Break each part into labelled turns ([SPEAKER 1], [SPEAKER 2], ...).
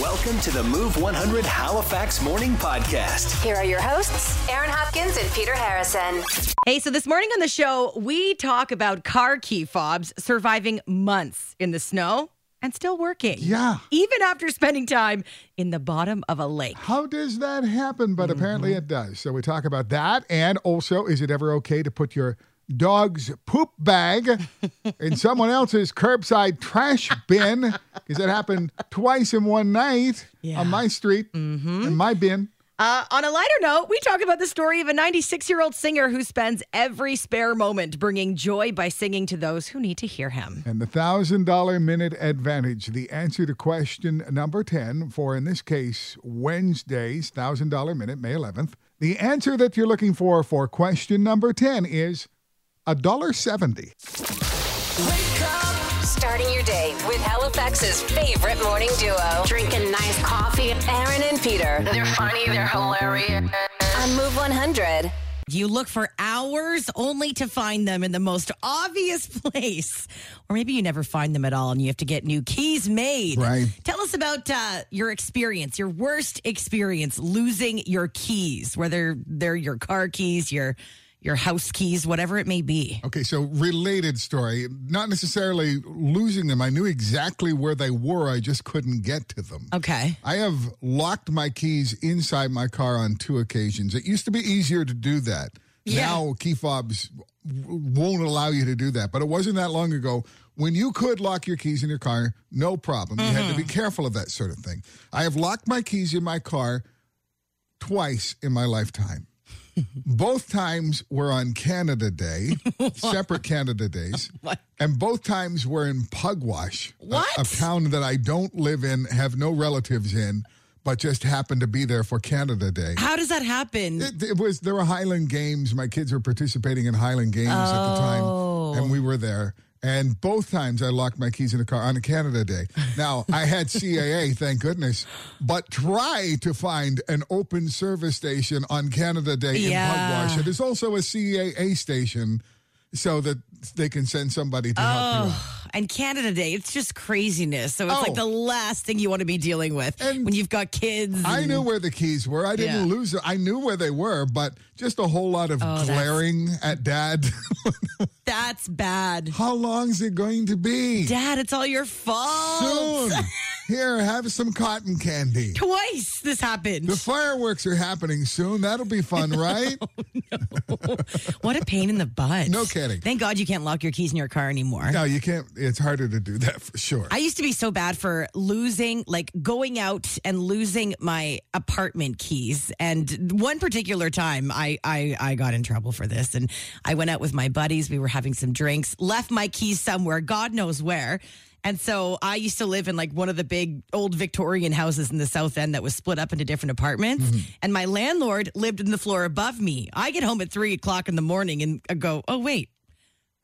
[SPEAKER 1] Welcome to the Move 100 Halifax Morning Podcast.
[SPEAKER 2] Here are your hosts, Aaron Hopkins and Peter Harrison.
[SPEAKER 3] Hey, so this morning on the show, we talk about car key fobs surviving months in the snow and still working.
[SPEAKER 4] Yeah.
[SPEAKER 3] Even after spending time in the bottom of a lake.
[SPEAKER 4] How does that happen? But apparently it does. So we talk about that. And also, is it ever okay to put your dog's poop bag in someone else's curbside trash bin? Because that happened twice in one night
[SPEAKER 3] Yeah.
[SPEAKER 4] on my street, in my bin.
[SPEAKER 3] Uh, on a lighter note, we talk about the story of a 96 year old singer who spends every spare moment bringing joy by singing to those who need to hear him.
[SPEAKER 4] And the $1,000 minute advantage, the answer to question number 10 for, in this case, Wednesday's $1,000 minute, May 11th. The answer that you're looking for for question number 10 is $1.70.
[SPEAKER 2] Starting your day with Halifax's favorite morning duo. Drinking nice coffee. Aaron and Peter. They're funny, they're hilarious. On Move 100.
[SPEAKER 3] You look for hours only to find them in the most obvious place. Or maybe you never find them at all and you have to get new keys made.
[SPEAKER 4] Right.
[SPEAKER 3] Tell us about uh, your experience, your worst experience losing your keys, whether they're your car keys, your your house keys, whatever it may be.
[SPEAKER 4] Okay, so related story. Not necessarily losing them. I knew exactly where they were. I just couldn't get to them.
[SPEAKER 3] Okay.
[SPEAKER 4] I have locked my keys inside my car on two occasions. It used to be easier to do that.
[SPEAKER 3] Yeah.
[SPEAKER 4] Now key fobs w- won't allow you to do that. But it wasn't that long ago when you could lock your keys in your car, no problem. You had to be
[SPEAKER 3] Mm-hmm.
[SPEAKER 4] careful of that sort of thing. I have locked my keys in my car twice in my lifetime. both times were on Canada Day, separate Canada days. And both times were in Pugwash, a-
[SPEAKER 3] What?
[SPEAKER 4] A, town that I don't live in, have no relatives in, but just happened to be there for Canada Day.
[SPEAKER 3] How does that happen?
[SPEAKER 4] It, it was there were Highland Games. My kids were participating in Highland Games at the time, and we were there. And both times I locked my keys in the car on a Canada Day. Now I had CAA, thank goodness, but try to find an open service station on Canada Day
[SPEAKER 3] Yeah.
[SPEAKER 4] in Pugwash. There's also a CAA station, so that they can send somebody to help you out.
[SPEAKER 3] And Canada Day, it's just craziness. So it's
[SPEAKER 4] Oh.
[SPEAKER 3] like the last thing you want to be dealing with
[SPEAKER 4] And
[SPEAKER 3] when you've got kids.
[SPEAKER 4] I knew where the keys were. I didn't
[SPEAKER 3] Mm. Yeah. Oh,
[SPEAKER 4] lose them. I knew where they were, but just a whole lot of
[SPEAKER 3] that's-
[SPEAKER 4] glaring at dad.
[SPEAKER 3] That's bad.
[SPEAKER 4] How long's it going to be?
[SPEAKER 3] Dad, it's all your fault.
[SPEAKER 4] Soon. Here, have some cotton candy.
[SPEAKER 3] Twice this happened.
[SPEAKER 4] The fireworks are happening soon. That'll be fun, right?
[SPEAKER 3] what a pain in the butt.
[SPEAKER 4] No kidding.
[SPEAKER 3] Thank God you can't lock your keys in your car anymore.
[SPEAKER 4] No, you can't. It's harder to do that for sure.
[SPEAKER 3] I used to be so bad for losing, like going out and losing my apartment keys. And one particular time, I, I I got in trouble for this. And I went out with my buddies. We were having some drinks. Left my keys somewhere, God knows where. And so I used to live in like one of the big old Victorian houses in the South End that was split up into different apartments. And my landlord lived in the floor above me. I get home at three o'clock in the morning and I go, oh wait.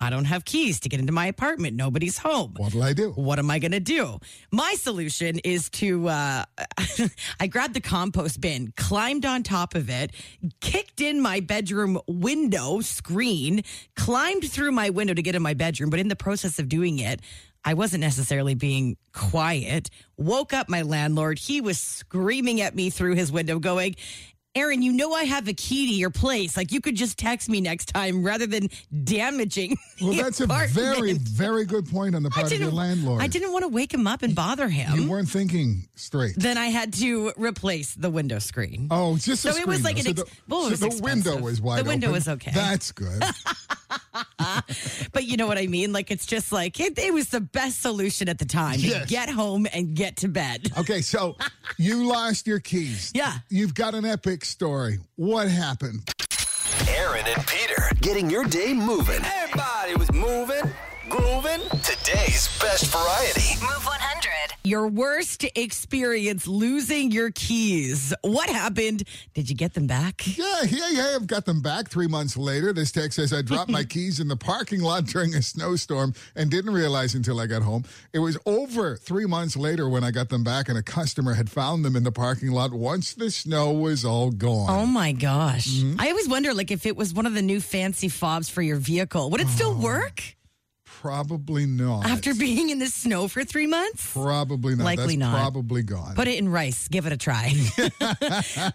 [SPEAKER 3] I don't have keys to get into my apartment. Nobody's home
[SPEAKER 4] What'll I do?
[SPEAKER 3] what am I going to do? My solution is to, uh, I grabbed the compost bin, climbed on top of it, kicked in my bedroom window screen, climbed through my window to get in my bedroom. But in the process of doing it, I wasn't necessarily being quiet. Woke up my landlord. He was screaming at me through his window, going, Aaron, you know I have a key to your place. Like you could just text me next time rather than damaging.
[SPEAKER 4] Well,
[SPEAKER 3] the
[SPEAKER 4] that's a very,
[SPEAKER 3] apartment."
[SPEAKER 4] very good point on the part of your landlord.
[SPEAKER 3] I didn't want to wake him up and bother
[SPEAKER 4] You
[SPEAKER 3] him.
[SPEAKER 4] weren't thinking straight.
[SPEAKER 3] then I had to replace the window screen.
[SPEAKER 4] Oh, it's just a
[SPEAKER 3] So it was
[SPEAKER 4] screen,
[SPEAKER 3] like
[SPEAKER 4] though.
[SPEAKER 3] an
[SPEAKER 4] so
[SPEAKER 3] ex-
[SPEAKER 4] the,
[SPEAKER 3] well, it
[SPEAKER 4] so
[SPEAKER 3] was
[SPEAKER 4] the
[SPEAKER 3] expensive.
[SPEAKER 4] window was wide.
[SPEAKER 3] The window
[SPEAKER 4] open.
[SPEAKER 3] was okay.
[SPEAKER 4] That's good.
[SPEAKER 3] But you know what I mean? Like it's just like it, it was the best solution at the time. to
[SPEAKER 4] Yes.
[SPEAKER 3] Get home and get to bed.
[SPEAKER 4] Okay, so you lost your keys.
[SPEAKER 3] Yeah.
[SPEAKER 4] You've got an epic story. What happened?
[SPEAKER 1] Aaron and Peter getting your day moving. Everybody was moving, grooving. Today's best variety.
[SPEAKER 2] Move 100.
[SPEAKER 3] Your worst experience losing your keys. What happened? Did you get them back?
[SPEAKER 4] Yeah, yeah, yeah. I've got them back three months later. This text says I dropped my keys in the parking lot during a snowstorm and didn't realize until I got home. It was over three months later when I got them back, and a customer had found them in the parking lot once the snow was all
[SPEAKER 3] Oh
[SPEAKER 4] gone.
[SPEAKER 3] my gosh.
[SPEAKER 4] Mm-hmm. Oh,
[SPEAKER 3] I always wonder like if it was one of the new fancy fobs for your vehicle, would it still work?
[SPEAKER 4] Probably not.
[SPEAKER 3] After being in the snow for three months?
[SPEAKER 4] Probably not.
[SPEAKER 3] Likely
[SPEAKER 4] That's
[SPEAKER 3] not.
[SPEAKER 4] Probably gone.
[SPEAKER 3] Put it in rice. Give it a try.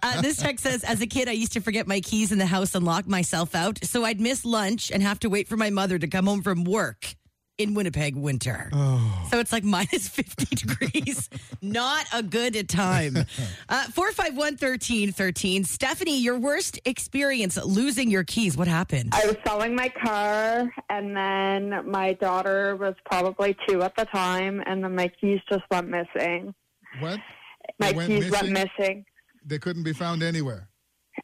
[SPEAKER 3] uh, this text says As a kid, I used to forget my keys in the house and lock myself out. So I'd miss lunch and have to wait for my mother to come home from work in Winnipeg winter.
[SPEAKER 4] Oh.
[SPEAKER 3] So it's like minus 50 degrees. Not a good time. Uh, 451 1313. Stephanie, your worst experience losing your keys. What happened?
[SPEAKER 5] I was selling my car, and then my daughter was probably two at the time, and then my keys just went missing.
[SPEAKER 4] what?
[SPEAKER 5] My
[SPEAKER 4] They went
[SPEAKER 5] keys went
[SPEAKER 4] missing?
[SPEAKER 5] missing
[SPEAKER 4] They couldn't be found anywhere.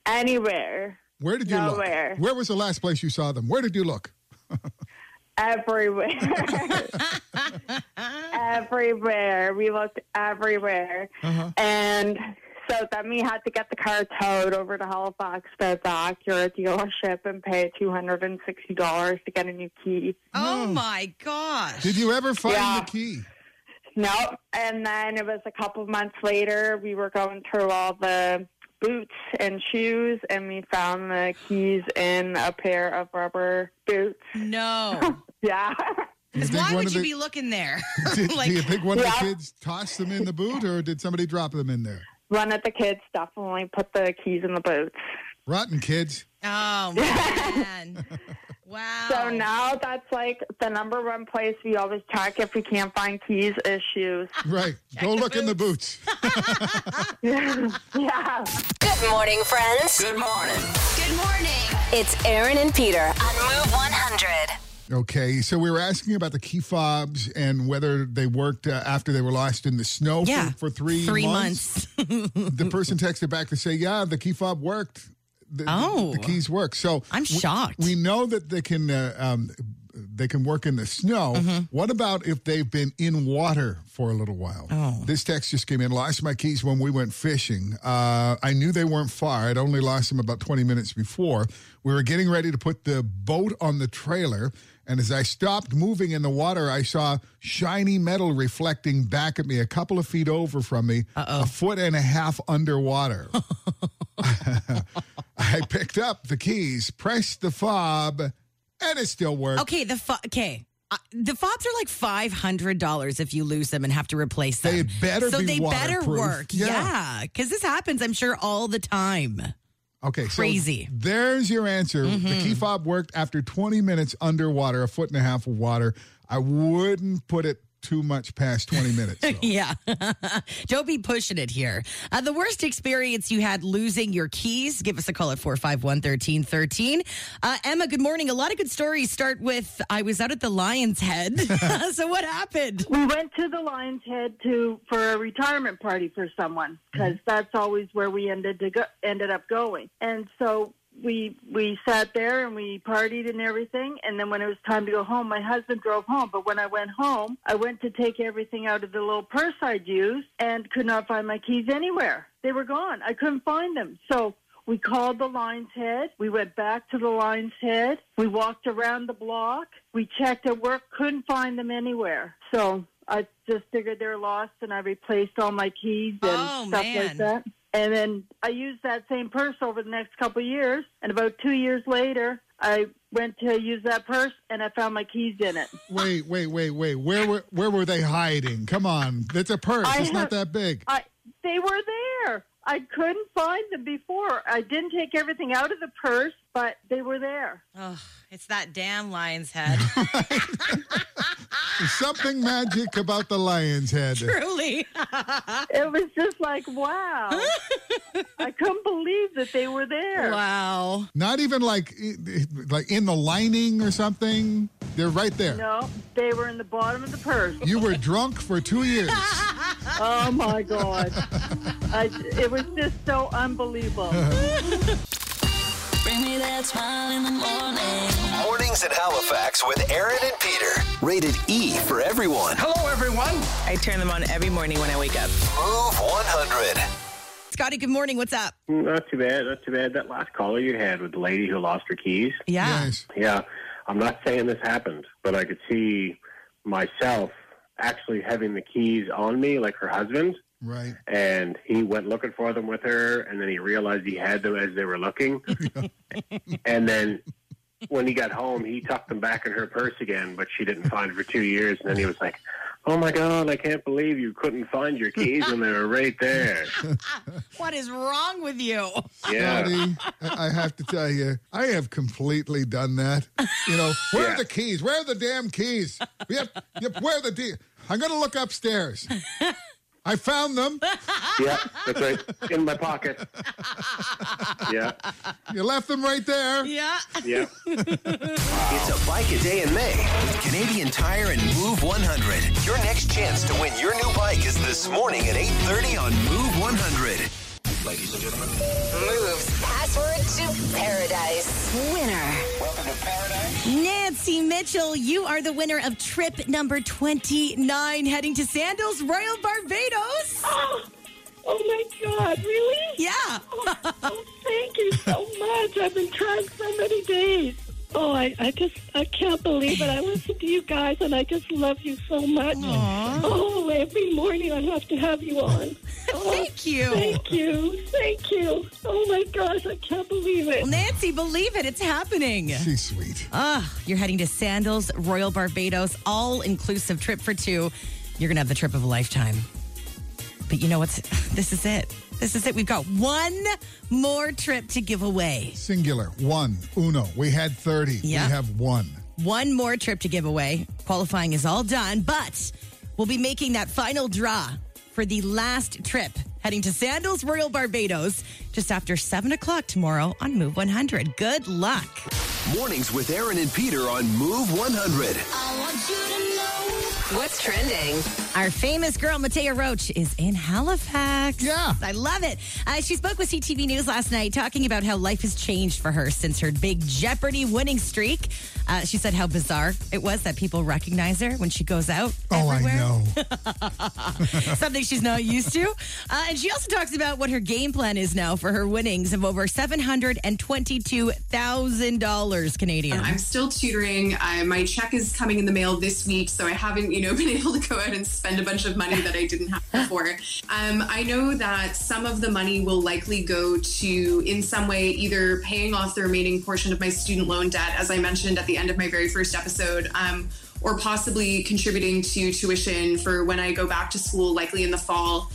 [SPEAKER 5] anywhere,
[SPEAKER 4] Where did you
[SPEAKER 5] Nowhere.
[SPEAKER 4] look? Where was the last place you saw them? Where did you look?
[SPEAKER 5] everywhere, everywhere. We looked everywhere,
[SPEAKER 4] Uh-huh.
[SPEAKER 5] and so then we had to get the car towed over to Halifax, get back to a dealership, and pay two hundred and sixty dollars to get a new key.
[SPEAKER 3] Oh my gosh.
[SPEAKER 4] Did you ever find
[SPEAKER 5] Yeah.
[SPEAKER 4] the key?
[SPEAKER 5] Nope. And then it was a couple of months later, we were going through all the boots and shoes, and we found the keys in a pair of rubber boots.
[SPEAKER 3] No.
[SPEAKER 5] Yeah.
[SPEAKER 4] You
[SPEAKER 3] Because
[SPEAKER 4] think
[SPEAKER 3] why
[SPEAKER 4] one
[SPEAKER 3] would
[SPEAKER 4] of
[SPEAKER 3] you
[SPEAKER 4] the-
[SPEAKER 3] be looking there?
[SPEAKER 4] Did,
[SPEAKER 3] like,
[SPEAKER 4] do you think one of
[SPEAKER 5] Yeah.
[SPEAKER 4] the kids tossed them in the boot, or did somebody drop them in there?
[SPEAKER 5] One of the kids definitely put the keys in the boots.
[SPEAKER 4] Rotten kids.
[SPEAKER 3] oh man, wow.
[SPEAKER 5] So now that's like the number one place we always check if we can't find keys is shoes.
[SPEAKER 4] Right. Go
[SPEAKER 3] the
[SPEAKER 4] look in the boots.
[SPEAKER 5] Yeah.
[SPEAKER 2] Good morning, friends.
[SPEAKER 1] Good morning.
[SPEAKER 2] Good morning. It's Aaron and Peter on Move 100.
[SPEAKER 4] Okay, so we were asking about the key fobs and whether they worked uh, after they were lost in the snow
[SPEAKER 3] yeah,
[SPEAKER 4] for, for three
[SPEAKER 3] three
[SPEAKER 4] the person texted back to say, "Yeah, the key fob worked. The, the-
[SPEAKER 3] Oh.
[SPEAKER 4] the, keys work." So
[SPEAKER 3] I'm
[SPEAKER 4] we-
[SPEAKER 3] shocked.
[SPEAKER 4] We, know that they can uh, um, they can work in the snow.
[SPEAKER 3] Mm-hmm.
[SPEAKER 4] What about if they've been in water for a little while?
[SPEAKER 3] Oh.
[SPEAKER 4] This text just came in. Lost my keys when we went fishing. Uh, I knew they weren't far. I'd only lost them about 20 minutes before. We were getting ready to put the boat on the trailer. And as I stopped moving in the water, I saw shiny metal reflecting back at me a couple of feet over from me, a foot and a half underwater. I picked up the keys, pressed the fob, and it still worked.
[SPEAKER 3] Okay, the fo- okay. Uh, the fobs are like five hundred dollars if you lose them and have to replace them.
[SPEAKER 4] They better
[SPEAKER 3] so
[SPEAKER 4] be
[SPEAKER 3] they better
[SPEAKER 4] waterproof.
[SPEAKER 3] work.
[SPEAKER 4] Yeah.
[SPEAKER 3] Yeah, because this happens, I'm sure, all the time.
[SPEAKER 4] Okay, so
[SPEAKER 3] Crazy. Mm-hmm.
[SPEAKER 4] there's your answer. The key fob worked after 20 minutes underwater, a foot and a half of water. I wouldn't put it too much past 20 minutes. though.
[SPEAKER 3] Yeah, don't be pushing it here. Uh, the worst experience you had losing your keys? Give us a call at four five one thirteen thirteen. Uh, Emma, good morning. A lot of good stories start with "I was out at the Lion's Head." so what happened?
[SPEAKER 6] We went to the Lion's Head to for a retirement party for someone because that's always where we ended to go, ended up going. And so we we sat there and we partied and everything. And then when it was time to go home, my husband drove home. But when I went home, I went to take everything out of the little purse I'd used and could not find my keys anywhere. They were gone. I couldn't find them. So we called the Lion's Head. We went back to the Lion's Head. We walked around the block. We checked at work, couldn't find them anywhere. So I just figured they're lost, and I replaced all my keys and
[SPEAKER 3] Oh,
[SPEAKER 6] stuff
[SPEAKER 3] man.
[SPEAKER 6] like that. And then I used that same purse over the next couple of years. And about two years later, I went to use that purse, and I found my keys in it.
[SPEAKER 4] Wait, wait, wait, wait. Where were where were they hiding? Come on. It's a purse.
[SPEAKER 6] I
[SPEAKER 4] it's not that
[SPEAKER 6] have-
[SPEAKER 4] big.
[SPEAKER 6] I they were there. I couldn't find them before. I didn't take everything out of the purse, but they were there.
[SPEAKER 3] Oh, it's that damn lion's head.
[SPEAKER 4] There's something magic about the lion's head.
[SPEAKER 3] Truly.
[SPEAKER 6] It was just like, wow. I couldn't believe that they were there.
[SPEAKER 3] Wow.
[SPEAKER 4] Not even like like in the lining or something. They're right there.
[SPEAKER 6] No, they were in the bottom of the purse.
[SPEAKER 4] You were drunk for 2 years.
[SPEAKER 6] Oh my God. I, it was just so unbelievable.
[SPEAKER 1] Mornings in Halifax with Aaron and Peter. Rated E for everyone.
[SPEAKER 7] Hello, everyone. I turn them on every morning when I wake up.
[SPEAKER 1] Move 100.
[SPEAKER 3] Scotty, good morning. What's up?
[SPEAKER 8] Not too bad, not too bad. That last caller you had with the lady who lost her keys.
[SPEAKER 3] Yeah.
[SPEAKER 4] Yes.
[SPEAKER 8] Yeah, I'm not saying this happened, but I could see myself actually having the keys on me, like her husband,
[SPEAKER 4] Right.
[SPEAKER 8] and he went looking for them with her, and then he realized he had them as they were looking, and then when he got home, he tucked them back in her purse again, but she didn't find it for two years. And then he was like, "Oh my god, I can't believe you couldn't find your keys when they were right there."
[SPEAKER 3] What is wrong with you?
[SPEAKER 8] Yeah,
[SPEAKER 4] Buddy, I I have to tell you, I have completely done that. You know, where are
[SPEAKER 8] Yeah.
[SPEAKER 4] the keys? Where are the damn keys? We have, yep, where are the de- I'm going to look upstairs. I found them.
[SPEAKER 8] yeah, that's right, in my pocket. Yeah,
[SPEAKER 4] You left them right there.
[SPEAKER 3] Yeah.
[SPEAKER 8] yeah.
[SPEAKER 1] It's a bike a day in May with Canadian Tire and Move 100. Your next chance to win your new bike is this morning at 8.30 on Move 100. Ladies and gentlemen.
[SPEAKER 2] Moves. Password to paradise. Winner.
[SPEAKER 1] Welcome to paradise.
[SPEAKER 3] Nancy Mitchell, you are the winner of trip number 29 heading to Sandals Royal Barbados.
[SPEAKER 9] Oh, oh my God, really?
[SPEAKER 3] Yeah.
[SPEAKER 9] Oh, oh, thank you so much. I've been trying so many days. Oh, I, I just, I can't believe it. I listen to you guys and I just love you so much. Oh, every morning I have to have you on. Oh,
[SPEAKER 3] Thank you.
[SPEAKER 9] Thank you. Thank you. Oh my gosh, I can't believe it.
[SPEAKER 3] Nancy, believe it, it's happening.
[SPEAKER 4] She's sweet.
[SPEAKER 3] Ah, you're heading to Sandals Royal Barbados, all inclusive trip for two. You're going to have the trip of a lifetime. But you know what's this is it. This is it. We've got one more trip to give away.
[SPEAKER 4] Singular. One. Uno. We had 30.
[SPEAKER 3] Yeah.
[SPEAKER 4] We have one.
[SPEAKER 3] One more trip to give away. Qualifying is all done, but we'll be making that final draw for the last trip heading to Sandals Royal Barbados just after 7 o'clock tomorrow on Move 100. Good luck.
[SPEAKER 1] Mornings with Aaron and Peter on Move 100.
[SPEAKER 2] What's trending?
[SPEAKER 3] Our famous girl, Matea Roach, is in Halifax.
[SPEAKER 4] Yeah.
[SPEAKER 3] I love it. Uh, she spoke with CTV News last night talking about how life has changed for her since her big Jeopardy winning streak. Uh, she said how bizarre it was that people recognize her when she goes out.
[SPEAKER 4] Oh,
[SPEAKER 3] everywhere.
[SPEAKER 4] I know.
[SPEAKER 3] Something she's not used to. Uh, and she also talks about what her game plan is now for her winnings of over $722,000 Canadian.
[SPEAKER 10] I'm still tutoring. I, my check is coming in the mail this week, so I haven't, you know, been able to go out and spend a bunch of money that I didn't have before. Um, I know that some of the money will likely go to, in some way, either paying off the remaining portion of my student loan debt, as I mentioned at the end of my very first episode. Um, or possibly contributing to tuition for when I go back to school, likely in the fall.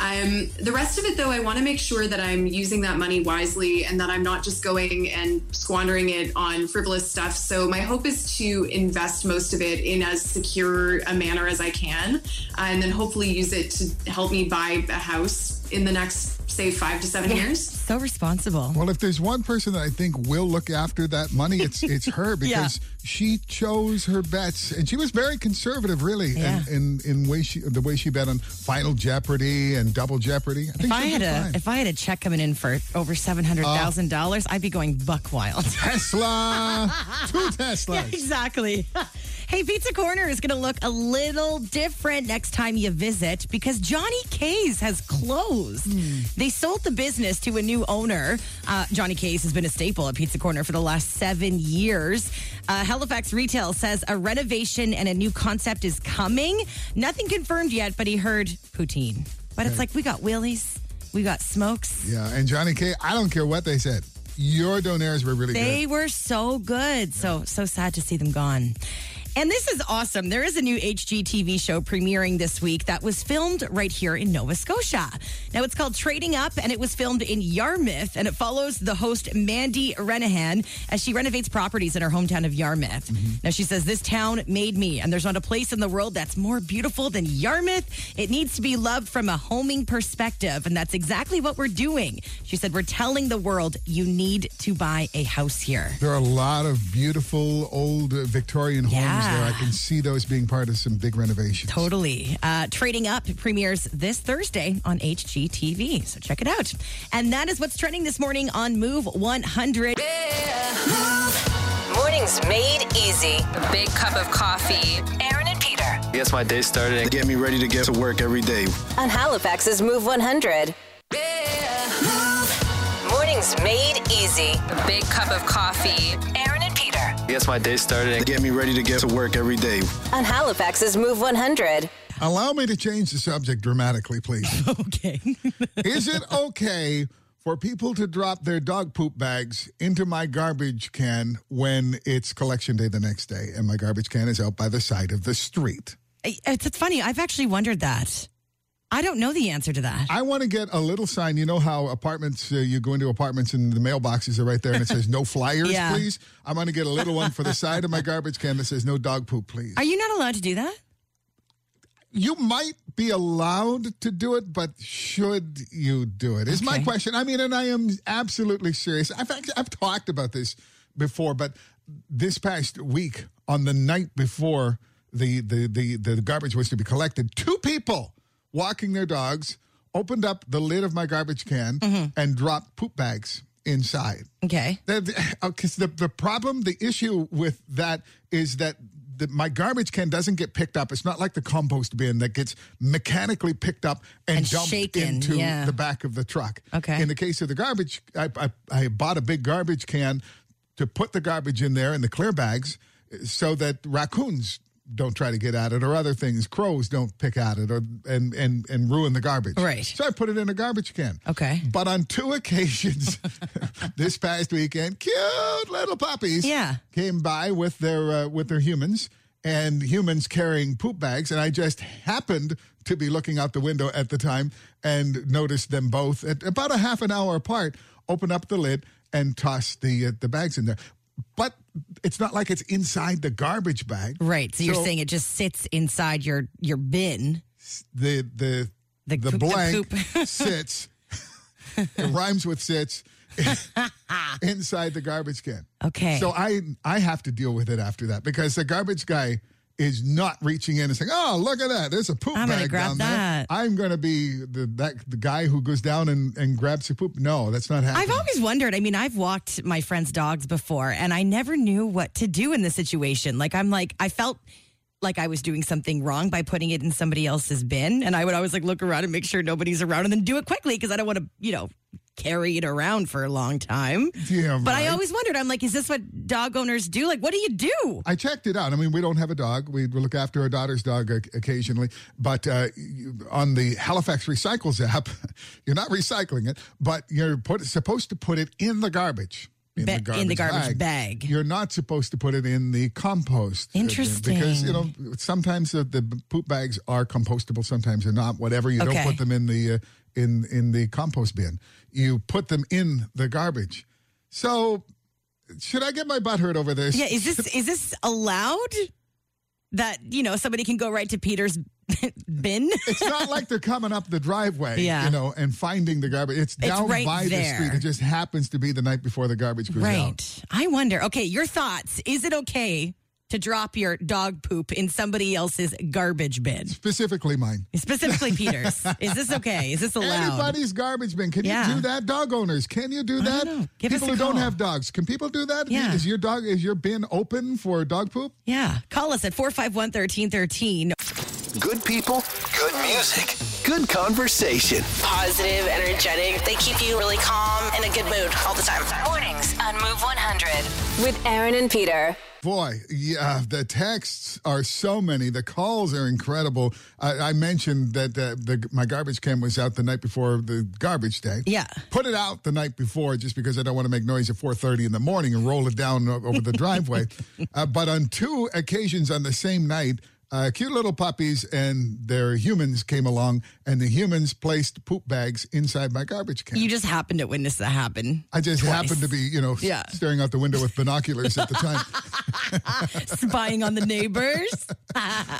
[SPEAKER 10] Um, the rest of it, though, I want to make sure that I'm using that money wisely and that I'm not just going and squandering it on frivolous stuff. So, my hope is to invest most of it in as secure a manner as I can, uh, and then hopefully use it to help me buy a house in the next, say, five to seven years.
[SPEAKER 3] so responsible.
[SPEAKER 4] Well, if there's one person that I think will look after that money, it's it's her because she chose her bets and she was very conservative, really,
[SPEAKER 3] Yeah.
[SPEAKER 4] in, in in way she the way she bet on Final Jeopardy and Double Jeopardy. I think
[SPEAKER 3] If I
[SPEAKER 4] she'll
[SPEAKER 3] had
[SPEAKER 4] be
[SPEAKER 3] a
[SPEAKER 4] fine.
[SPEAKER 3] if I had a check coming in for over seven hundred thousand dollars, I'd be going buck wild.
[SPEAKER 4] Tesla, two Teslas.
[SPEAKER 3] exactly. hey, Pizza Corner is going to look a little different next time you visit because Johnny K's has closed. They sold the business to a new owner. Uh, Johnny K's has been a staple at Pizza Corner for the last seven years. Uh, Halifax Retail says a renovation and a new concept is coming. Nothing confirmed yet, but he heard poutine. But it's like we got Willie's, we got smokes.
[SPEAKER 4] Yeah, and Johnny K. I don't care what they said. Your donaires were really
[SPEAKER 3] They
[SPEAKER 4] good.
[SPEAKER 3] were so good. So so sad to see them gone. And this is awesome. There is a new HGTV show premiering this week that was filmed right here in Nova Scotia. Now it's called Trading Up and it was filmed in Yarmouth and it follows the host Mandy Renahan as she renovates properties in her hometown of Yarmouth. Now she says this town made me and there's not a place in the world that's more beautiful than Yarmouth. It needs to be loved from a homing perspective and that's exactly what we're doing. She said we're telling the world you need to buy a house here.
[SPEAKER 4] There are a lot of beautiful old uh, Victorian homes
[SPEAKER 3] Yeah.
[SPEAKER 4] there. I can see those being part of some big renovations.
[SPEAKER 3] Totally. Uh, Trading Up premieres this Thursday on HGTV. So check it out. And that is what's trending this morning on Move 100.
[SPEAKER 2] Mornings made easy. A big cup of coffee. Aaron and Peter
[SPEAKER 11] Gets my day started and get me ready to get to work every day.
[SPEAKER 2] on Halifax's Move 100. Mornings made easy. A big cup of coffee. Aaron and Peter
[SPEAKER 11] Gets my day started and get me ready to get to work every day.
[SPEAKER 2] on Halifax's Move 100.
[SPEAKER 4] Allow me to change the subject dramatically, please.
[SPEAKER 3] Okay.
[SPEAKER 4] Is it okay for people to drop their dog poop bags into my garbage can when it's collection day the next day, and my garbage can is out by the side of the street.
[SPEAKER 3] I- It's, it's funny. I've actually wondered that. I don't know the answer to that.
[SPEAKER 4] I want to get a little sign. You know how apartments, uh, you go into apartments and the mailboxes are right there and it says no flyers,
[SPEAKER 3] Yeah.
[SPEAKER 4] please. I'm going to get a little one for the side of my garbage can that says no dog poop, please.
[SPEAKER 3] Are you not allowed to do that?
[SPEAKER 4] You might be allowed to do it, but should you do it? Is my
[SPEAKER 12] Okay.
[SPEAKER 4] question. I mean, and I am absolutely serious. I've actually, I've talked about this before, but this past week, on the night before the the the, the garbage was to be collected, two people walking their dogs opened up the lid of my garbage can and dropped poop bags inside.
[SPEAKER 3] Okay.
[SPEAKER 4] Because the, the problem, the issue with that is that the, my garbage can doesn't get picked up. It's not like the compost bin that gets mechanically picked up and,
[SPEAKER 3] And
[SPEAKER 4] dumped
[SPEAKER 3] shaken,
[SPEAKER 4] into
[SPEAKER 3] yeah.
[SPEAKER 4] the back of the truck.
[SPEAKER 3] Okay.
[SPEAKER 4] In the case of the garbage, I, I, I bought a big garbage can to put the garbage in there in the clear bags so that raccoons don't try to get at it or other things crows don't pick at it or and and and ruin the garbage right so i put it in a garbage can
[SPEAKER 3] okay
[SPEAKER 4] but on two occasions this past weekend, cute little puppies
[SPEAKER 12] Yeah.
[SPEAKER 4] came by with their uh, with their humans and humans carrying poop bags, and I just happened to be looking out the window at the time and noticed them both at about a half an hour apart open up the lid and toss the uh, the bags in there. But it's not like it's inside the garbage bag,
[SPEAKER 3] Right. So, you're saying it just sits inside your your bin.
[SPEAKER 4] the the the,
[SPEAKER 3] coop- the
[SPEAKER 4] blank sits. it rhymes with sits inside the garbage can.
[SPEAKER 3] Okay.
[SPEAKER 4] So I I have to deal with it after that because the garbage guy is not reaching in and saying, "Oh, look at that! There's a poop
[SPEAKER 3] I'm gonna
[SPEAKER 4] bag
[SPEAKER 3] grab
[SPEAKER 4] down
[SPEAKER 3] that."
[SPEAKER 4] there." I'm going to be the that the guy who goes down and, and grabs the poop. No, that's not happening.
[SPEAKER 3] I've always wondered. I mean, I've walked my friend's dogs before and I never knew what to do in this situation. Like I'm like I felt like I was doing something wrong by putting it in somebody else's bin and I would always like look around and make sure nobody's around and then do it quickly because I don't want to, you know, carry it around for a long time.
[SPEAKER 4] Yeah,
[SPEAKER 3] But I
[SPEAKER 4] right.
[SPEAKER 3] always wondered, I'm like, is this what dog owners do? Like, what do you do?
[SPEAKER 4] I checked it out. I mean, we don't have a dog. We look after our daughter's dog o- occasionally, but uh, you- on the Halifax Recycles app, you're not recycling it, but you're put, supposed to put it in the garbage.
[SPEAKER 3] Ba- in the garbage bag.
[SPEAKER 4] You're not supposed to put it in the compost. uh,
[SPEAKER 3] Interesting.
[SPEAKER 4] Because, you know, sometimes the, the poop bags are compostable, sometimes they're not. Whatever, you
[SPEAKER 12] Okay.
[SPEAKER 4] don't put them in the uh, in in the compost bin. You put them in the garbage. So, should I get my butt hurt over this?
[SPEAKER 3] Yeah, is this is this allowed? That you know somebody can go right to Peter's bin.
[SPEAKER 4] it's not like they're coming up the driveway,
[SPEAKER 3] Yeah.
[SPEAKER 4] you know, and finding the garbage. It's
[SPEAKER 3] It's
[SPEAKER 4] down
[SPEAKER 3] right
[SPEAKER 4] by
[SPEAKER 3] there.
[SPEAKER 4] the street. It just happens to be the night before the garbage goes out.
[SPEAKER 3] Right. I wonder. Okay, your thoughts. Is it okay to drop your dog poop in somebody else's garbage bin?
[SPEAKER 4] Specifically mine.
[SPEAKER 3] Specifically Peter's. Is this okay? Is this allowed?
[SPEAKER 4] Anybody's garbage bin. Can
[SPEAKER 3] Yeah.
[SPEAKER 4] you do that? Dog owners, can you do that?
[SPEAKER 3] Give us
[SPEAKER 4] people
[SPEAKER 3] a
[SPEAKER 4] who don't
[SPEAKER 3] call.
[SPEAKER 4] have dogs, can people do that?
[SPEAKER 3] Yeah.
[SPEAKER 4] Is your dog is your bin open for dog poop?
[SPEAKER 3] Yeah. Call us at 451 1313.
[SPEAKER 1] Good people, good music, good conversation.
[SPEAKER 2] Positive, energetic. They keep you really calm and in a good mood all the time. Mornings on Move 100 with Aaron and Peter.
[SPEAKER 4] Boy, yeah, the texts are so many. The calls are incredible. I, I mentioned that uh, the, my garbage can was out the night before the garbage day.
[SPEAKER 3] Yeah.
[SPEAKER 4] Put it out the night before just because I don't want to make noise at 4.30 in the morning and roll it down o- over the driveway. uh, but on two occasions on the same night, uh, cute little puppies and their humans came along, and the humans placed poop bags inside my garbage can.
[SPEAKER 3] You just happened to witness that happen.
[SPEAKER 4] I just
[SPEAKER 3] twice.
[SPEAKER 4] happened to be, you know, s-
[SPEAKER 3] Yeah.
[SPEAKER 4] staring out the window with binoculars at the time.
[SPEAKER 3] spying on the neighbors.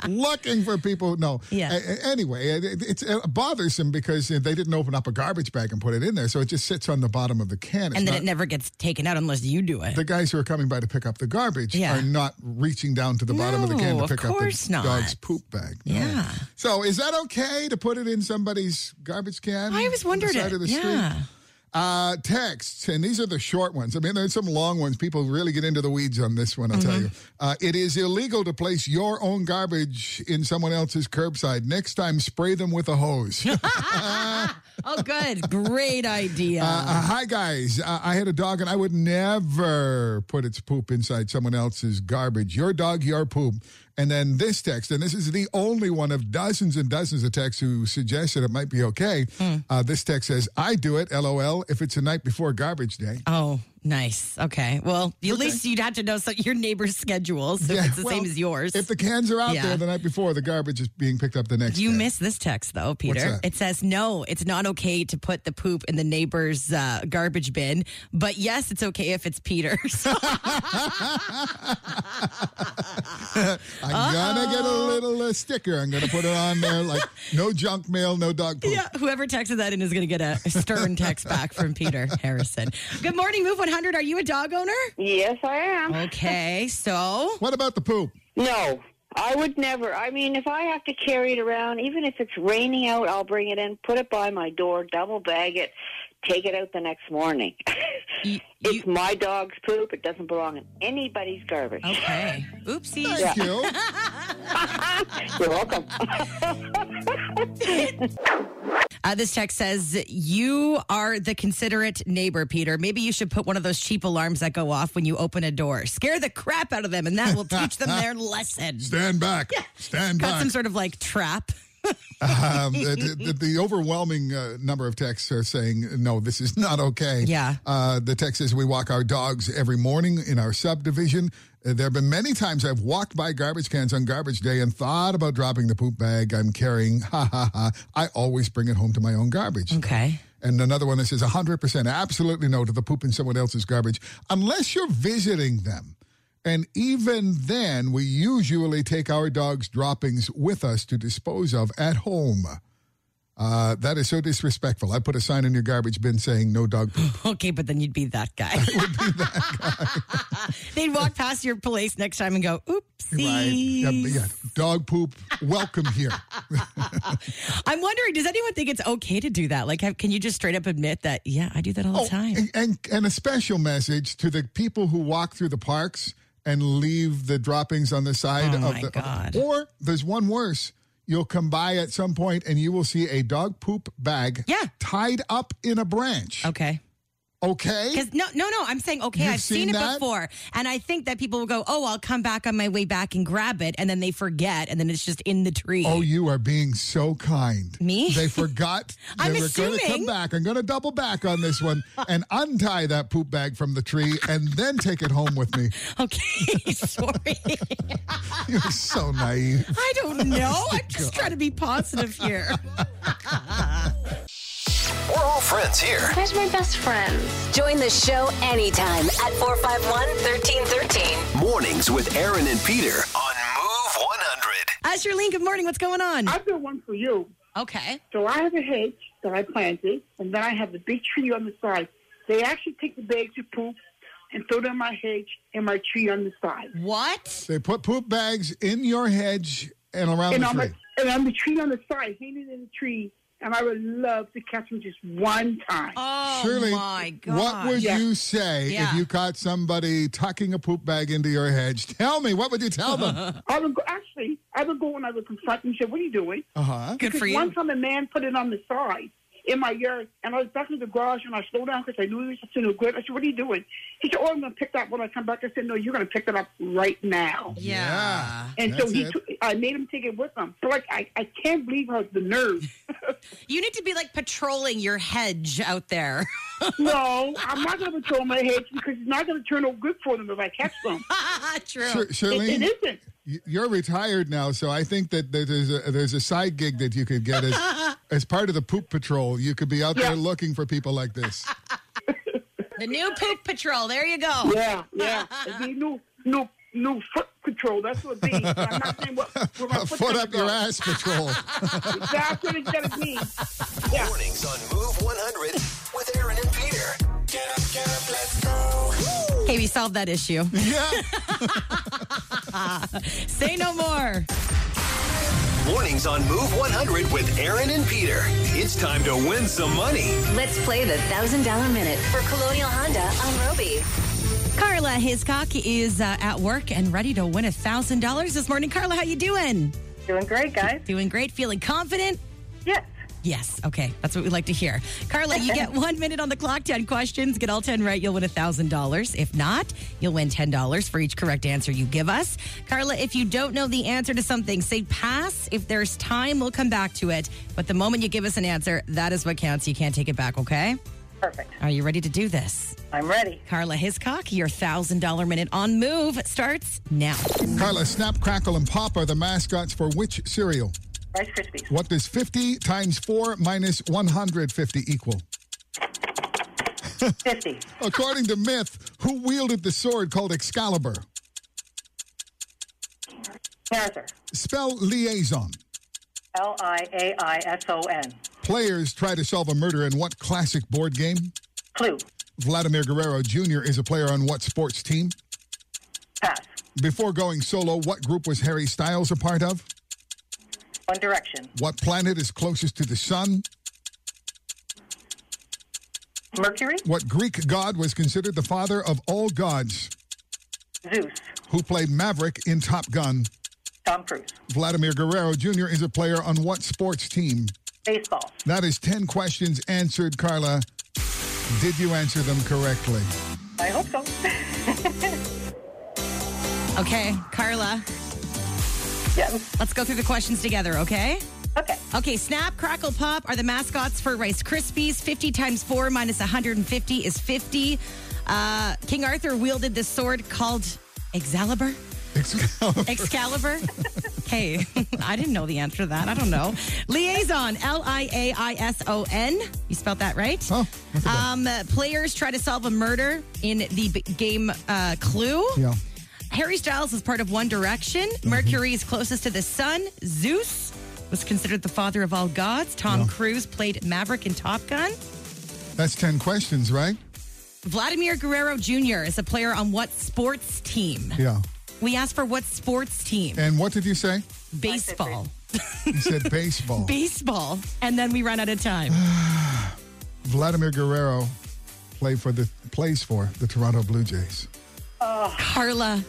[SPEAKER 4] looking for people. No.
[SPEAKER 3] Yeah.
[SPEAKER 4] A- a- anyway, it- it- it's uh, bothersome because uh, they didn't open up a garbage bag and put it in there, so it just sits on the bottom of the can. It's
[SPEAKER 3] and then
[SPEAKER 4] not-
[SPEAKER 3] it never gets taken out unless you do it.
[SPEAKER 4] the guys who are coming by to pick up the garbage
[SPEAKER 3] Yeah.
[SPEAKER 4] are not reaching down to the bottom of the can
[SPEAKER 3] No,
[SPEAKER 4] to
[SPEAKER 3] of
[SPEAKER 4] pick up
[SPEAKER 3] course
[SPEAKER 4] the
[SPEAKER 3] not.
[SPEAKER 4] dog's poop bag. No.
[SPEAKER 3] Yeah.
[SPEAKER 4] So is that okay to put it in somebody's garbage can?
[SPEAKER 3] I always
[SPEAKER 4] on the
[SPEAKER 3] wondered
[SPEAKER 4] side
[SPEAKER 3] it.
[SPEAKER 4] of the
[SPEAKER 3] Yeah.
[SPEAKER 4] Street? Uh, texts, and these are the short ones. I mean, there's some long ones. People really get into the weeds on this one, I'll tell you. Uh, it is illegal to place your own garbage in someone else's curbside. Next time, spray them with a hose. Uh,
[SPEAKER 3] Oh, good. Great idea.
[SPEAKER 4] Uh, uh, hi, guys. Uh, I had a dog and I would never put its poop inside someone else's garbage. Your dog, your poop. And then this text, and this is the only one of dozens and dozens of texts who suggest that it might be okay. Uh, this text says, I do it, lol, if it's a night before garbage day.
[SPEAKER 3] Oh, nice. Okay. Well, at least you'd have to know so your neighbor's schedule, so it's the same
[SPEAKER 4] well,
[SPEAKER 3] as yours.
[SPEAKER 4] If the cans are out
[SPEAKER 3] Yeah.
[SPEAKER 4] there the night before, the garbage is being picked up the next
[SPEAKER 3] You
[SPEAKER 4] day.
[SPEAKER 3] missed this text though, Peter.
[SPEAKER 4] that?
[SPEAKER 3] It says no, it's not okay to put the poop in the neighbor's uh, garbage bin, but yes, it's okay if it's Peter's.
[SPEAKER 4] Oh. I'm gonna get
[SPEAKER 3] Oh.
[SPEAKER 4] a little uh, sticker. I'm gonna put it on there, like no junk mail, no dog poop.
[SPEAKER 3] yeah, whoever texted that in is going to get a stern text back from Peter Harrison. Good morning, Move 100. Are you a dog owner?
[SPEAKER 13] Yes, I am.
[SPEAKER 3] Okay, so
[SPEAKER 4] what about the poop?
[SPEAKER 13] No, I would never. I mean, if I have to carry it around, even if it's raining out, I'll bring it in, put it by my door, double bag it, take it out the next morning. it's my dog's poop. It doesn't belong in anybody's garbage.
[SPEAKER 3] Okay. Oopsie.
[SPEAKER 4] Thank
[SPEAKER 13] Yeah.
[SPEAKER 4] you.
[SPEAKER 13] You're welcome.
[SPEAKER 3] Uh, this text says, You are the considerate neighbor, Peter. Maybe you should put one of those cheap alarms that go off when you open a door. Scare the crap out of them, and that will teach them their lesson.
[SPEAKER 4] Stand back. Stand
[SPEAKER 3] Got
[SPEAKER 4] back.
[SPEAKER 3] some sort of like trap.
[SPEAKER 4] um, the, the, the overwhelming uh, number of texts are saying, no, this is not okay.
[SPEAKER 3] Yeah.
[SPEAKER 4] Uh, the text is, we walk our dogs every morning in our subdivision. Uh, There have been many times I've walked by garbage cans on garbage day and thought about dropping the poop bag I'm carrying. Ha ha ha. I always bring it home to my own garbage.
[SPEAKER 3] Okay.
[SPEAKER 4] And another one that says 100% absolutely no to the poop in someone else's garbage unless you're visiting them. And even then, we usually take our dog's droppings with us to dispose of at home. Uh, that is so disrespectful. I put a sign in your garbage bin saying no dog poop.
[SPEAKER 3] Okay, but then you'd be that guy. They'd walk past your place next time and go, oopsie.
[SPEAKER 4] Yeah, yeah. Dog poop, welcome here.
[SPEAKER 3] I'm wondering, does anyone think it's okay to do that? Like, have, can you just straight up admit that, yeah, I do that all the time?
[SPEAKER 4] And, and, and Oh, a special message to the people who walk through the parks and leave the droppings on the side
[SPEAKER 3] Oh
[SPEAKER 4] of
[SPEAKER 3] my
[SPEAKER 4] the.
[SPEAKER 3] God.
[SPEAKER 4] Or there's one worse. You'll come by at some point and you will see a dog poop bag
[SPEAKER 3] Yeah. Um,
[SPEAKER 4] tied up in a branch.
[SPEAKER 3] Okay.
[SPEAKER 4] Okay.
[SPEAKER 3] Because no, no, no. I'm saying okay.
[SPEAKER 4] You've
[SPEAKER 3] I've seen,
[SPEAKER 4] seen
[SPEAKER 3] it
[SPEAKER 4] that?
[SPEAKER 3] before, and I think that people will go, "Oh, I'll come back on my way back and grab it," and then they forget, and then it's just in the tree.
[SPEAKER 4] Oh, you are being so kind.
[SPEAKER 3] Me?
[SPEAKER 4] They forgot they
[SPEAKER 3] I'm
[SPEAKER 4] were going to come
[SPEAKER 3] assuming.
[SPEAKER 4] back. I'm going to double back on this one and untie that poop bag from the tree and then take it home with me.
[SPEAKER 3] Okay, sorry.
[SPEAKER 4] You're so naive.
[SPEAKER 3] I don't know. I'm just trying to be positive here.
[SPEAKER 1] We're all friends here.
[SPEAKER 2] Where's my best friends? Join the show anytime at 451 1313.
[SPEAKER 1] Mornings with Aaron and Peter on Move 100.
[SPEAKER 3] Uh, Charlene, good morning. What's going on?
[SPEAKER 6] I've got one for you.
[SPEAKER 3] Okay.
[SPEAKER 6] So I have a hedge that I planted, and then I have a big tree on the side. They actually take the bags of poop and throw down my hedge and my tree on the side.
[SPEAKER 3] What?
[SPEAKER 4] They put poop bags in your hedge and around
[SPEAKER 6] and
[SPEAKER 4] the
[SPEAKER 6] on
[SPEAKER 4] tree.
[SPEAKER 6] my and on the tree on the side, hanging in the tree. And I would love to catch them just one time.
[SPEAKER 3] Oh
[SPEAKER 4] Shirley,
[SPEAKER 3] my god.
[SPEAKER 4] what would you say if
[SPEAKER 3] Yeah.
[SPEAKER 4] you caught somebody tucking a poop bag into your hedge? Tell me, what would you tell them?
[SPEAKER 6] I would go, actually, I would go and I would confront them and say, "What are you doing?"
[SPEAKER 4] Uh huh.
[SPEAKER 3] Good for
[SPEAKER 6] Because
[SPEAKER 3] you.
[SPEAKER 6] One time a man put it on the side in my yard, and I was back in the garage, and I slowed down because I knew he was just in a grip. I said, "What are you doing?" He said, "Oh, I'm going to pick that when I come back." I said, "No, you're going to pick that up right now."
[SPEAKER 3] yeah.
[SPEAKER 6] And
[SPEAKER 4] That's
[SPEAKER 6] so he,
[SPEAKER 4] it.
[SPEAKER 6] took, I made him take it with him. So like, I, I can't believe how the nerve.
[SPEAKER 3] You need to be like patrolling your hedge out there.
[SPEAKER 6] no, I'm not going to throw my hedge because it's not going to turn out good for them if I catch them.
[SPEAKER 3] True.
[SPEAKER 4] Shir-
[SPEAKER 6] It,
[SPEAKER 4] Shirlene,
[SPEAKER 6] it isn't.
[SPEAKER 4] y- you're retired now, so I think that that there's a, there's a side gig that you could get as, as part of the poop patrol. You could be out there
[SPEAKER 6] Yeah.
[SPEAKER 4] looking for people like this.
[SPEAKER 3] The new poop patrol. There you go.
[SPEAKER 6] Yeah, yeah. It'd be new, new, new foot control. That's what it be. I'm not saying what. Where my
[SPEAKER 4] A foot up your ass patrol.
[SPEAKER 6] That's what it's going to be. Yeah.
[SPEAKER 1] Mornings on Move 100 with Aaron and Peter. Get up, get up, let's go.
[SPEAKER 3] Okay, we solved that issue.
[SPEAKER 4] yeah.
[SPEAKER 3] Say no more.
[SPEAKER 1] Mornings on Move 100 with Aaron and Peter. It's time to win some money.
[SPEAKER 2] Let's play the $1,000 minute for Colonial Honda on Roby.
[SPEAKER 3] Carla Hiscock is uh, at work and ready to win $1,000 this morning. Carla, how you doing?
[SPEAKER 14] Doing great, guys.
[SPEAKER 3] Doing great, feeling confident?
[SPEAKER 14] Yes.
[SPEAKER 3] Yes. Okay. That's what we like to hear. Carla, you get one minute on the clock, 10 questions. Get all 10 right, you'll win $1,000. If not, you'll win $10 for each correct answer you give us. Carla, if you don't know the answer to something, say pass. If there's time, we'll come back to it. But the moment you give us an answer, that is what counts. You can't take it back, okay? Perfect. Are you ready to do this?
[SPEAKER 15] I'm ready.
[SPEAKER 3] Carla Hiscock, your $1,000 minute on move starts now.
[SPEAKER 4] Carla, Snap, Crackle, and Pop are the mascots for which cereal?
[SPEAKER 15] Rice Krispies.
[SPEAKER 4] What does 50 times 4 minus 150 equal?
[SPEAKER 15] 50.
[SPEAKER 4] According to myth, who wielded the sword called Excalibur?
[SPEAKER 15] Character.
[SPEAKER 4] Spell liaison.
[SPEAKER 15] L I A I S O N.
[SPEAKER 4] Players try to solve a murder in what classic board game?
[SPEAKER 15] Clue.
[SPEAKER 4] Vladimir Guerrero Jr. is a player on what sports team?
[SPEAKER 15] Pass.
[SPEAKER 4] Before going solo, what group was Harry Styles a part of?
[SPEAKER 15] One Direction.
[SPEAKER 4] What planet is closest to the sun?
[SPEAKER 15] Mercury.
[SPEAKER 4] What Greek god was considered the father of all gods?
[SPEAKER 15] Zeus.
[SPEAKER 4] Who played Maverick in Top Gun?
[SPEAKER 15] Tom Cruise.
[SPEAKER 4] Vladimir Guerrero Jr. is a player on what sports team?
[SPEAKER 15] Baseball.
[SPEAKER 4] That is 10 questions answered, Carla. Did you answer them correctly?
[SPEAKER 15] I hope so.
[SPEAKER 3] Okay, Carla. Yes. Let's go through the questions together, okay?
[SPEAKER 15] Okay.
[SPEAKER 3] Okay, Snap, Crackle, Pop are the mascots for Rice Krispies. 50 times 4 minus 150 is 50. Uh, King Arthur wielded this sword called Excalibur.
[SPEAKER 4] Excalibur.
[SPEAKER 3] Excalibur. hey, I didn't know the answer to that. I don't know. Liaison, L I A I S O N. You spelled that right?
[SPEAKER 4] Oh,
[SPEAKER 3] um, uh, players try to solve a murder in the b- game uh, Clue.
[SPEAKER 4] Yeah.
[SPEAKER 3] Harry Styles is part of One Direction. Mercury is closest to the sun. Zeus was considered the father of all gods. Tom Cruise played Maverick in Top Gun.
[SPEAKER 4] That's 10 questions, right?
[SPEAKER 3] Vladimir Guerrero Jr. is a player on what sports team?
[SPEAKER 4] Yeah.
[SPEAKER 3] We asked for what sports team?
[SPEAKER 4] And what did you say?
[SPEAKER 3] Baseball.
[SPEAKER 4] You said baseball.
[SPEAKER 3] Baseball. And then we ran out of time.
[SPEAKER 4] Vladimir Guerrero played for the plays for the Toronto Blue Jays.
[SPEAKER 3] Carla.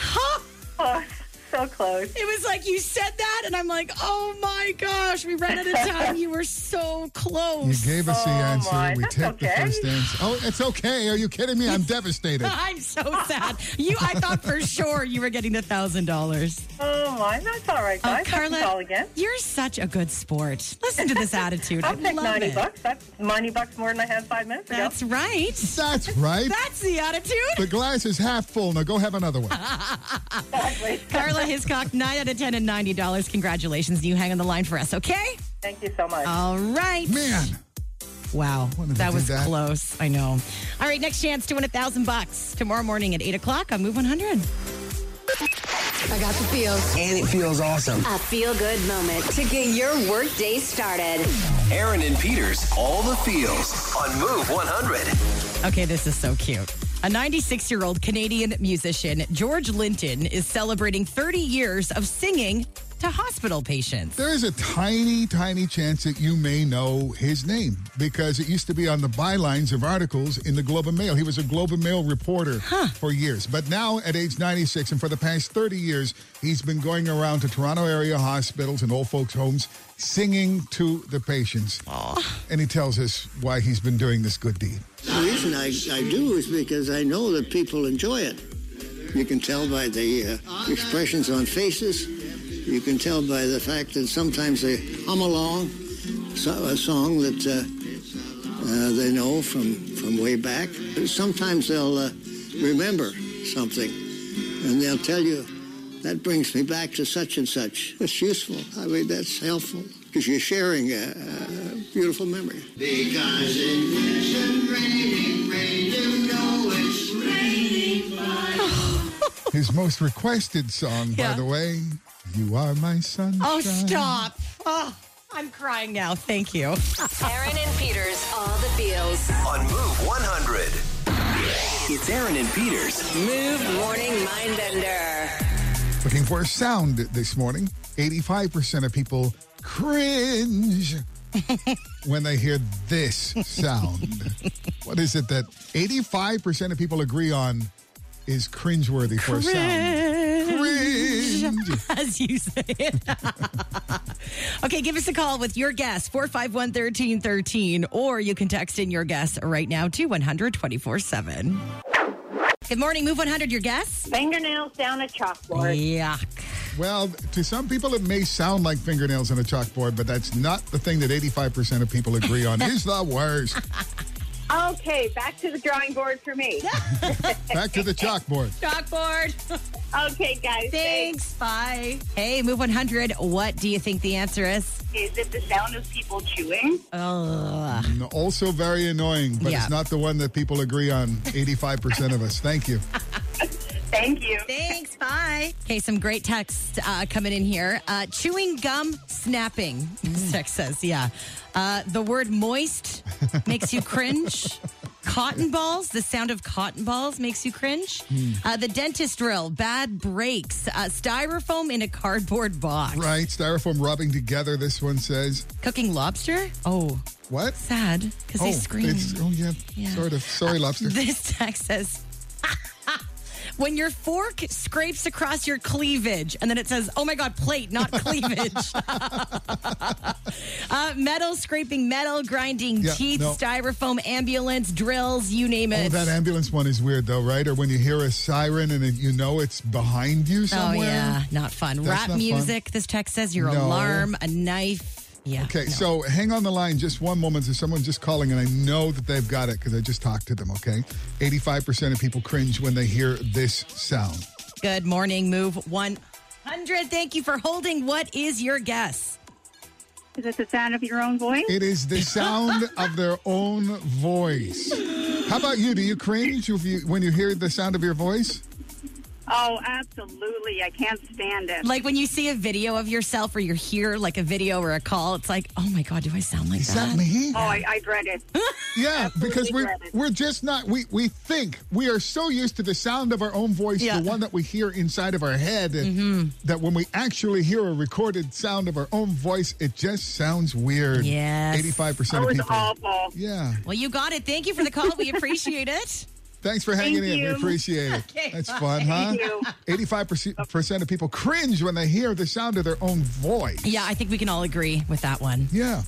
[SPEAKER 15] Oh, so close.
[SPEAKER 3] It was like you said that, and I'm like, oh my gosh, we ran out of time. You were so
[SPEAKER 4] You
[SPEAKER 3] close.
[SPEAKER 4] gave us the
[SPEAKER 3] Oh,
[SPEAKER 4] answer.
[SPEAKER 3] my,
[SPEAKER 4] we
[SPEAKER 3] that's
[SPEAKER 4] take the
[SPEAKER 3] okay. Uh,
[SPEAKER 4] first answer. Oh, it's okay. Are you kidding me? I'm devastated.
[SPEAKER 3] I'm so sad. You, I thought for sure you were getting the thousand dollars.
[SPEAKER 15] Oh, my. That's all right,
[SPEAKER 3] Oh,
[SPEAKER 15] guys. I can call
[SPEAKER 3] Carla,
[SPEAKER 15] again.
[SPEAKER 3] you're such a good sport. Listen to this attitude. I
[SPEAKER 15] I'll take
[SPEAKER 3] love
[SPEAKER 15] 90
[SPEAKER 3] it.
[SPEAKER 15] bucks. That's 90 bucks more than I had five minutes ago.
[SPEAKER 3] That's right.
[SPEAKER 4] That's right.
[SPEAKER 3] That's the attitude.
[SPEAKER 4] The glass is half full. Now go have another one.
[SPEAKER 3] Uh-huh. Carla Hiscock, 9 out of 10 and $90. Congratulations. You hang on the line for us, okay?
[SPEAKER 15] Thank you so much.
[SPEAKER 3] All right.
[SPEAKER 4] Man.
[SPEAKER 3] Wow.
[SPEAKER 4] Wanted to
[SPEAKER 3] That
[SPEAKER 4] do
[SPEAKER 3] was
[SPEAKER 4] that.
[SPEAKER 3] close. I know. All right, next chance to win a thousand bucks tomorrow morning at eight o'clock on Move 100.
[SPEAKER 2] I got the feels.
[SPEAKER 1] And it feels awesome.
[SPEAKER 2] A feel good moment to get your workday started.
[SPEAKER 1] Aaron and Peter's All the Feels on Move 100.
[SPEAKER 3] Okay, this is so cute. A 96 year old Canadian musician, George Linton, is celebrating 30 years of singing to hospital patients.
[SPEAKER 4] There is a tiny, tiny chance that you may know his name because it used to be on the bylines of articles in the Globe and Mail. He was a Globe and Mail reporter for years. But now, at age 96, and for the past 30 years, he's been going around to Toronto area hospitals and old folks' homes singing to the patients. And he tells us why he's been doing this good deed.
[SPEAKER 16] The reason I, I do is because I know that people enjoy it. You can tell by the uh, expressions on faces. You can tell by the fact that sometimes they hum along so, a song that uh, uh, they know from, from way back. Sometimes they'll uh, remember something and they'll tell you, that brings me back to such and such. It's useful. I mean, that's helpful because you're sharing a, a beautiful memory.
[SPEAKER 17] Because it isn't raining, rain, you know it's raining fire.
[SPEAKER 4] His most requested song,
[SPEAKER 3] Yeah.
[SPEAKER 4] by the way, You Are My Sunshine.
[SPEAKER 3] Oh, stop. Oh, I'm crying now. Thank you.
[SPEAKER 2] Aaron and Peter's All the Feels.
[SPEAKER 1] On Move 100. It's Aaron and Peter's
[SPEAKER 2] Move Morning Mindbender.
[SPEAKER 4] Looking for a sound this morning. 85% of people cringe when they hear this sound. what is it that 85% of people agree on is cringeworthy for a sound? Cringe.
[SPEAKER 3] as you say it. okay, give us a call with your guess, 451 1313, or you can text in your guess right now to 100 7. Good morning, Move 100, your guess?
[SPEAKER 12] Fingernails down a chalkboard.
[SPEAKER 3] Yuck.
[SPEAKER 4] Well, to some people, it may sound like fingernails on a chalkboard, but that's not the thing that 85% of people agree on is the worst.
[SPEAKER 12] Okay, back to the drawing board for me.
[SPEAKER 4] Back to the chalkboard.
[SPEAKER 3] Chalkboard.
[SPEAKER 12] okay, guys.
[SPEAKER 3] Thanks. Bye. Hey, Move 100, what do you think the answer is?
[SPEAKER 18] Is it the sound of people chewing?
[SPEAKER 3] Oh.
[SPEAKER 4] And Also very annoying, but
[SPEAKER 3] Yeah.
[SPEAKER 4] it's not the one that people agree on, 85% of us. Thank you.
[SPEAKER 18] Thank you.
[SPEAKER 3] Thanks. Bye. Okay, some great texts uh, coming in here. Uh, chewing gum, snapping.
[SPEAKER 4] Mm.
[SPEAKER 3] Sex says, yeah. Uh, the word moist makes you cringe. Cotton balls, the sound of cotton balls makes you cringe.
[SPEAKER 4] Hmm.
[SPEAKER 3] Uh, the dentist drill, bad breaks. Uh, styrofoam in a cardboard box.
[SPEAKER 4] Right, styrofoam rubbing together, this one says.
[SPEAKER 3] Cooking lobster? Oh.
[SPEAKER 4] What?
[SPEAKER 3] Sad, because
[SPEAKER 4] oh,
[SPEAKER 3] they scream.
[SPEAKER 4] it's- oh, yeah,
[SPEAKER 3] Yeah. Uh,
[SPEAKER 4] sort of. Sorry, lobster.
[SPEAKER 3] This text says, when your fork scrapes across your cleavage, and then it says, oh my God, plate, not cleavage. uh, metal, scraping metal, grinding
[SPEAKER 4] Yeah,
[SPEAKER 3] teeth,
[SPEAKER 4] no.
[SPEAKER 3] styrofoam, ambulance, drills, you name
[SPEAKER 4] Oh,
[SPEAKER 3] it.
[SPEAKER 4] that ambulance one is weird, though, right? Or when you hear a siren and it, you know it's behind you somewhere.
[SPEAKER 3] Oh, yeah, not fun.
[SPEAKER 4] That's
[SPEAKER 3] Rap
[SPEAKER 4] not fun.
[SPEAKER 3] music, this text says, your
[SPEAKER 4] No.
[SPEAKER 3] alarm, a knife. Yeah.
[SPEAKER 4] Okay,
[SPEAKER 3] no.
[SPEAKER 4] so hang on the line just one moment. There's someone just calling, and I know that they've got it because I just talked to them, okay? 85% of people cringe when they hear this sound.
[SPEAKER 3] Good morning, Move 100. Thank you for holding. What is your guess?
[SPEAKER 19] Is it the sound of your own voice?
[SPEAKER 4] It is the sound of their own voice. How about you? Do you cringe if you, when you hear the sound of your voice?
[SPEAKER 19] Oh, absolutely. I can't stand it.
[SPEAKER 3] Like when you see a video of yourself or you hear like a video or a call, it's like, oh my God, do I sound like
[SPEAKER 4] Is
[SPEAKER 3] that?
[SPEAKER 4] that me?
[SPEAKER 19] Oh, I, I dread it.
[SPEAKER 4] Yeah, because
[SPEAKER 19] Absolutely
[SPEAKER 4] we're
[SPEAKER 19] dread it.
[SPEAKER 4] we're just not we we think we are so used to the sound of our own voice, the one that we hear inside of our head, and
[SPEAKER 3] Mm-hmm.
[SPEAKER 4] that when we actually hear a recorded sound of our own voice, it just sounds weird.
[SPEAKER 3] Yes. Oh,
[SPEAKER 4] eighty five percent of people. Yeah,
[SPEAKER 3] Well, you got it. Thank you for the call. We appreciate it.
[SPEAKER 4] thanks for hanging
[SPEAKER 3] Thank
[SPEAKER 4] in. We
[SPEAKER 3] you.
[SPEAKER 4] appreciate it.
[SPEAKER 3] Okay,
[SPEAKER 4] That's
[SPEAKER 3] bye.
[SPEAKER 4] fun, huh?
[SPEAKER 3] Thank you.
[SPEAKER 4] Eighty five percent of people cringe when they hear the sound of their own voice.
[SPEAKER 3] Yeah, I think we can all agree with that one.
[SPEAKER 4] Yeah.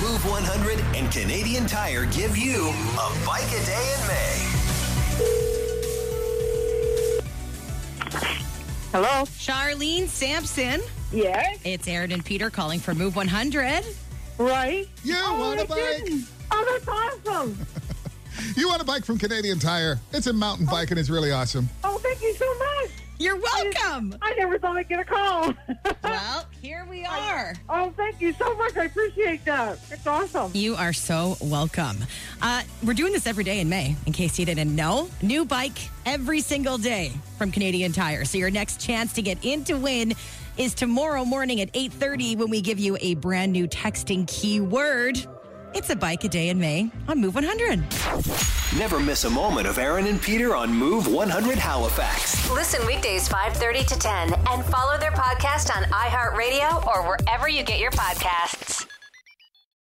[SPEAKER 1] Move 100 and Canadian Tire give you a bike a day in May.
[SPEAKER 3] Hello? Charlene Sampson.
[SPEAKER 19] Yes.
[SPEAKER 3] It's Aaron and Peter calling for Move 100.
[SPEAKER 19] Right.
[SPEAKER 4] You want a bike?
[SPEAKER 19] Oh, that's awesome.
[SPEAKER 4] You want a bike from Canadian Tire? It's a mountain bike and it's really awesome.
[SPEAKER 19] Oh, thank you so much.
[SPEAKER 3] You're welcome.
[SPEAKER 19] I, never thought I'd get a call.
[SPEAKER 3] well, here we are.
[SPEAKER 19] oh, thank you so much. I appreciate that. It's awesome.
[SPEAKER 3] You are so welcome. Uh, we're doing this every day in May, in case you didn't know. New bike every single day from Canadian Tire. So your next chance to get in to win is tomorrow morning at 8.30 when we give you a brand new texting keyword. It's a bike a day in May on Move 100.
[SPEAKER 1] Never miss a moment of Aaron and Peter on Move 100 Halifax.
[SPEAKER 2] Listen weekdays 5:30 to 10 and follow their podcast on iHeartRadio or wherever you get your podcasts.